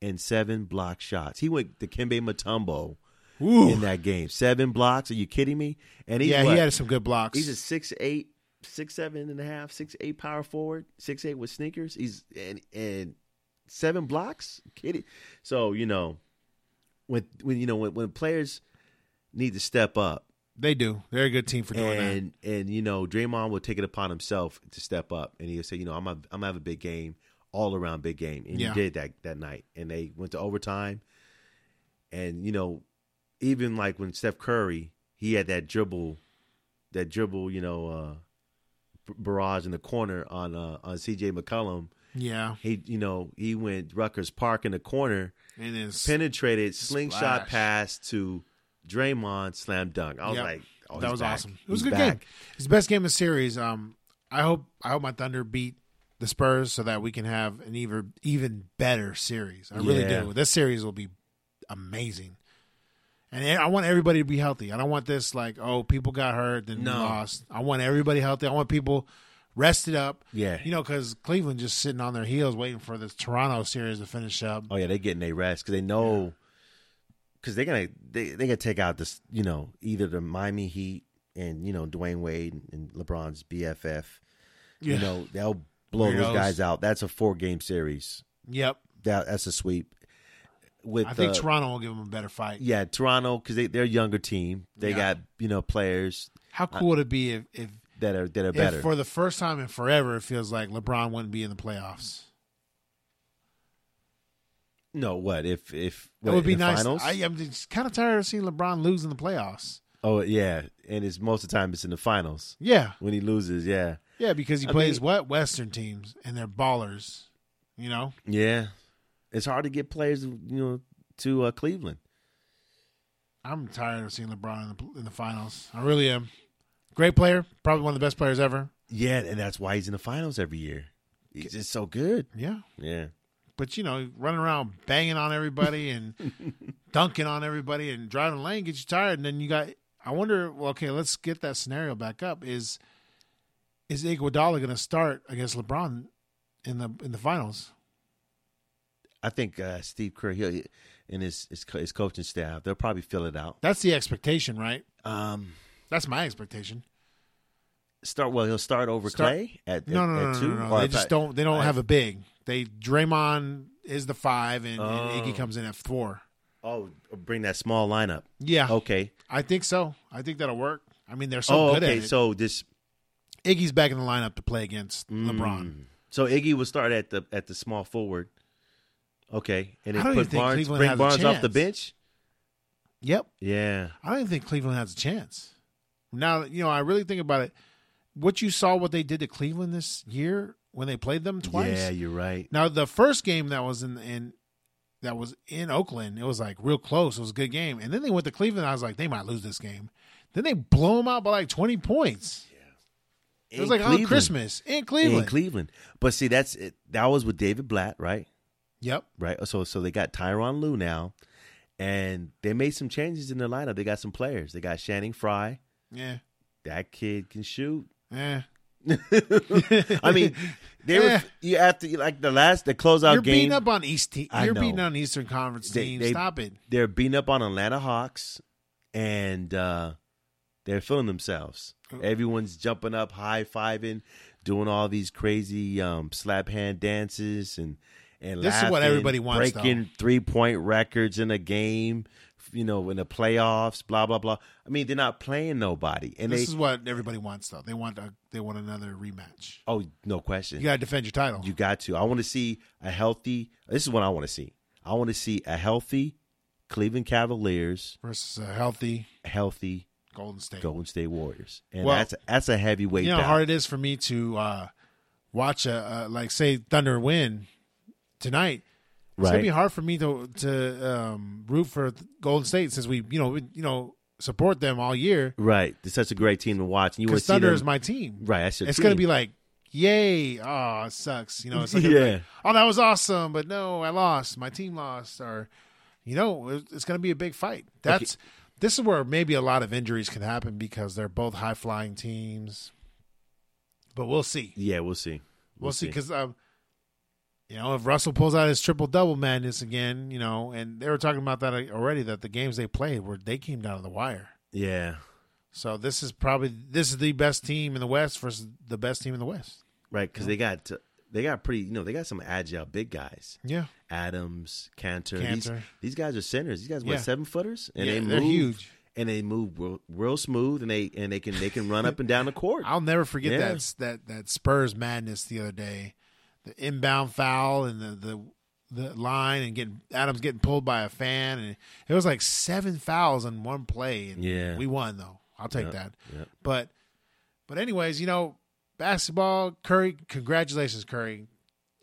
Speaker 3: and seven block shots. He went to Kembe Matumbo in
Speaker 2: Ooh.
Speaker 3: that game. Seven blocks? Are you kidding me? And he's
Speaker 2: Yeah,
Speaker 3: what?
Speaker 2: he had some good blocks.
Speaker 3: he's a six eight, six seven and a half, six eight power forward, six eight with sneakers. He's and and seven blocks. Kidding. So you know when when you know when, when players need to step up
Speaker 2: they do. They're a good team for doing that.
Speaker 3: and and you know Draymond will take it upon himself to step up, and he'll say, you know, I'm a, I'm gonna have a big game, all around big game, and
Speaker 2: Yeah.
Speaker 3: he did that that night, and they went to overtime, and you know, even like when Steph Curry, he had that dribble, that dribble, you know, uh, b- barrage in the corner on uh, on C.J. McCollum.
Speaker 2: Yeah.
Speaker 3: He you know he went Rutgers Park in the corner,
Speaker 2: And then s-
Speaker 3: penetrated slingshot
Speaker 2: Splash.
Speaker 3: pass to Draymond slam dunk. I was
Speaker 2: Yep.
Speaker 3: like. Oh,
Speaker 2: that
Speaker 3: he's
Speaker 2: was
Speaker 3: back.
Speaker 2: awesome. It was a
Speaker 3: He's
Speaker 2: good
Speaker 3: back.
Speaker 2: game. It's the best game of the series. Um, I hope I hope my Thunder beat the Spurs so that we can have an even even better series. I really
Speaker 3: Yeah.
Speaker 2: do. This series will be amazing. And I want everybody to be healthy. I don't want this like, oh, people got hurt then we
Speaker 3: No.
Speaker 2: lost. I want everybody healthy. I want people rested up.
Speaker 3: Yeah.
Speaker 2: You know, because Cleveland just sitting on their heels waiting for this Toronto series to finish up.
Speaker 3: Oh yeah, they're getting their rest because they know because they're gonna they they gonna take out this you know either the Miami Heat and you know Dwayne Wade and LeBron's BFF.
Speaker 2: Yeah.
Speaker 3: You know they'll blow
Speaker 2: Weirdos.
Speaker 3: those guys out. That's a four game series.
Speaker 2: Yep.
Speaker 3: That that's a sweep. With
Speaker 2: I think
Speaker 3: the-
Speaker 2: Toronto will give them a better fight.
Speaker 3: yeah, Toronto because they they're a younger team. They
Speaker 2: Yeah.
Speaker 3: got you know players
Speaker 2: How cool would it be if, if
Speaker 3: that are that are
Speaker 2: if
Speaker 3: better.
Speaker 2: for the first time in forever, it feels like LeBron wouldn't be in the playoffs.
Speaker 3: no, what if if
Speaker 2: it
Speaker 3: what,
Speaker 2: would be
Speaker 3: in the
Speaker 2: nice.
Speaker 3: Finals?
Speaker 2: I, I'm just kind of tired of seeing LeBron lose in the playoffs.
Speaker 3: oh yeah, and it's most of the time it's in the finals
Speaker 2: Yeah,
Speaker 3: when he loses. Yeah,
Speaker 2: yeah, because he
Speaker 3: I
Speaker 2: plays
Speaker 3: mean-
Speaker 2: what Western teams and they're ballers. You know,
Speaker 3: Yeah, it's hard to get players, you know, to uh, Cleveland.
Speaker 2: I'm tired of seeing LeBron in the in the finals. I really am. Great player, probably one of the best players ever.
Speaker 3: Yeah, and that's why he's in the finals every year. He's just so good.
Speaker 2: Yeah,
Speaker 3: Yeah,
Speaker 2: but you know, running around banging on everybody and dunking on everybody and driving the lane gets you tired. And then you got, I wonder. Well, okay, let's get that scenario back up. Is is Iguodala going to start against LeBron in the in the finals?
Speaker 3: I think uh, Steve Kerr he'll, and his his, co- his coaching staff they'll probably fill it out.
Speaker 2: That's the expectation, right?
Speaker 3: Um,
Speaker 2: That's my expectation.
Speaker 3: start well. He'll start over
Speaker 2: Start-
Speaker 3: Clay at,
Speaker 2: No,
Speaker 3: at,
Speaker 2: no, no,
Speaker 3: at
Speaker 2: no,
Speaker 3: two.
Speaker 2: no, no,
Speaker 3: Or
Speaker 2: They
Speaker 3: if I-
Speaker 2: just don't. They don't
Speaker 3: I-
Speaker 2: have a big. They Draymond is the five, and, and Iggy
Speaker 3: Oh.
Speaker 2: comes in at four.
Speaker 3: Oh, bring that small lineup.
Speaker 2: Yeah,
Speaker 3: Okay.
Speaker 2: I think so. I think that'll work. I mean, they're so
Speaker 3: oh,
Speaker 2: good
Speaker 3: okay.
Speaker 2: at it.
Speaker 3: So this
Speaker 2: Iggy's back in the lineup to play against
Speaker 3: Mm.
Speaker 2: LeBron.
Speaker 3: so Iggy will start at the at the small forward. Okay, and
Speaker 2: I don't
Speaker 3: then put
Speaker 2: even think
Speaker 3: Barnes
Speaker 2: Cleveland
Speaker 3: bring
Speaker 2: has a
Speaker 3: Barnes off the
Speaker 2: chance.
Speaker 3: bench.
Speaker 2: Yep.
Speaker 3: Yeah.
Speaker 2: I don't even think Cleveland has a chance. Now, you know, I really think about it. What you saw, what they did to Cleveland this year when they played them twice.
Speaker 3: Yeah, you're right.
Speaker 2: Now, the first game that was in in that was in Oakland, it was like real close. It was a good game, and then they went to Cleveland. I was like, they might lose this game. Then they blow them out by like twenty points. It was
Speaker 3: In
Speaker 2: like on
Speaker 3: Cleveland.
Speaker 2: Christmas in Cleveland.
Speaker 3: In Cleveland. But see, that's it. that was with David Blatt, right?
Speaker 2: yep.
Speaker 3: Right. So so they got Tyron Lue now, and they made some changes in their lineup. They got some players. They got Shannon Fry.
Speaker 2: Yeah.
Speaker 3: That kid can shoot. [laughs]
Speaker 2: Yeah.
Speaker 3: I mean,
Speaker 2: [laughs]
Speaker 3: they were
Speaker 2: Eh.
Speaker 3: you after like the last the closeout
Speaker 2: You're
Speaker 3: game.
Speaker 2: beating up on East. Te-
Speaker 3: I
Speaker 2: you're
Speaker 3: know.
Speaker 2: beating on Eastern Conference
Speaker 3: They-
Speaker 2: teams.
Speaker 3: they-
Speaker 2: Stop it.
Speaker 3: they're beating up on Atlanta Hawks, and uh, they're feeling themselves. Everyone's jumping up, high fiving, doing all these crazy um, slap hand dances, and and
Speaker 2: This is what
Speaker 3: laughing,
Speaker 2: everybody wants, though.
Speaker 3: Breaking three point records in a game, you know, in the playoffs, blah blah blah. I mean, they're not playing nobody, and
Speaker 2: This
Speaker 3: they
Speaker 2: is what everybody wants, though. They want a, they want another rematch.
Speaker 3: oh no question,
Speaker 2: You got to defend your title.
Speaker 3: You got to. I want to see a healthy. This is what I want to see. I want to see a healthy Cleveland Cavaliers,
Speaker 2: versus a healthy
Speaker 3: healthy
Speaker 2: Golden State.
Speaker 3: Golden State Warriors, and
Speaker 2: Well,
Speaker 3: that's that's a heavyweight.
Speaker 2: you know how
Speaker 3: battle.
Speaker 2: hard it is for me to uh, watch a, uh like say Thunder win tonight. It's
Speaker 3: Right.
Speaker 2: gonna be hard for me to to um, root for Golden State since we you know we, you know support them all year
Speaker 3: Right, it's such a great team to watch. And you want
Speaker 2: because
Speaker 3: to see
Speaker 2: Thunder
Speaker 3: them,
Speaker 2: is my team.
Speaker 3: right. That's your
Speaker 2: It's
Speaker 3: team.
Speaker 2: gonna be like, yay! Oh, it sucks. You know, it's like,
Speaker 3: [laughs] Yeah.
Speaker 2: oh, that was awesome, but no, I lost. My team lost, or you know, it- it's gonna be a big fight. That's this is where maybe a lot of injuries can happen because they're both high flying teams. But we'll see.
Speaker 3: yeah. We'll see.
Speaker 2: We'll, see because um, you know, if Russell pulls out his triple double madness again, you know, and they were talking about that uh, already that the games they played were they came down to the wire.
Speaker 3: Yeah,
Speaker 2: So this is probably this is the best team in the West versus the best team in the West.
Speaker 3: right. Because they got they got pretty. You know, they got some agile big guys.
Speaker 2: Yeah.
Speaker 3: Adams, Cantor. These,
Speaker 2: Cantor.
Speaker 3: these guys are centers. These guys
Speaker 2: Yeah.
Speaker 3: what seven footers, and
Speaker 2: Yeah,
Speaker 3: they move,
Speaker 2: they're huge.
Speaker 3: and they move real, real smooth, and they and they can they can run up and down the court.
Speaker 2: I'll never forget
Speaker 3: Yeah.
Speaker 2: that that that Spurs madness the other day, the inbound foul and the the the line and getting Adams getting pulled by a fan and it was like seven fouls in one play. And
Speaker 3: Yeah.
Speaker 2: we won though. I'll take that.
Speaker 3: yep.
Speaker 2: But but anyways, you know, basketball Curry. Congratulations, Curry,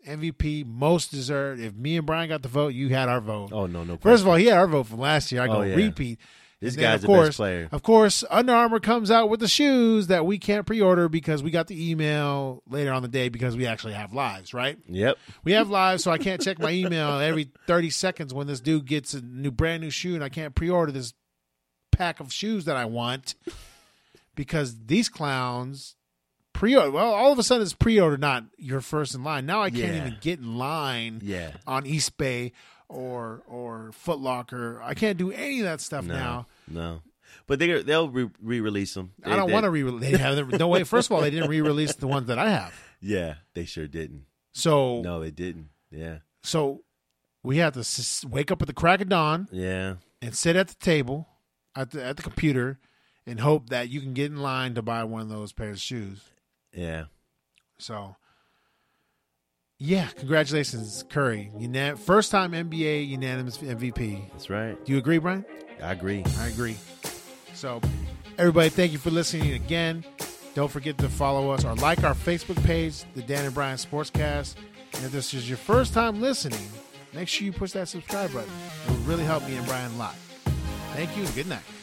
Speaker 2: MVP, most deserved. If me and Brian got the vote, you had our vote.
Speaker 3: Oh no, no.
Speaker 2: First of all, he had our vote from last year. I go
Speaker 3: Oh, yeah.
Speaker 2: repeat.
Speaker 3: This
Speaker 2: And then,
Speaker 3: guy's
Speaker 2: of
Speaker 3: the best
Speaker 2: course,
Speaker 3: player.
Speaker 2: Of course, Under Armour comes out with the shoes that we can't pre-order because we got the email later on the day because we actually have lives, right?
Speaker 3: Yep.
Speaker 2: We have lives, so I can't check my email
Speaker 3: [laughs]
Speaker 2: every thirty seconds when this dude gets a new brand new shoe, and I can't pre-order this pack of shoes that I want because these clowns pre-order. Well, all of a sudden it's pre-order, not you're first in line. Now I can't
Speaker 3: Yeah.
Speaker 2: even get in line
Speaker 3: Yeah.
Speaker 2: on East Bay or or Foot Locker. I can't do any of that stuff
Speaker 3: No.
Speaker 2: now.
Speaker 3: No. But they they'll re- re-release them.
Speaker 2: I don't want to re. They have no way. First of all, they didn't re-release the ones that I have.
Speaker 3: Yeah, they sure didn't.
Speaker 2: So
Speaker 3: No, they didn't. Yeah.
Speaker 2: so we have to s- wake up at the crack of dawn
Speaker 3: Yeah.
Speaker 2: and sit at the table at the at the computer and hope that you can get in line to buy one of those pairs of shoes.
Speaker 3: Yeah.
Speaker 2: So. Yeah, congratulations, Curry. Una- first time NBA unanimous MVP.
Speaker 3: That's right.
Speaker 2: Do you agree, Brian?
Speaker 3: I agree.
Speaker 2: I agree. So, everybody, thank you for listening again. Don't forget to follow us or like our Facebook page, the Dan and Brian Sportscast. And if this is your first time listening, make sure you push that subscribe button. It would really help me and Brian a lot. Thank you. and Good night.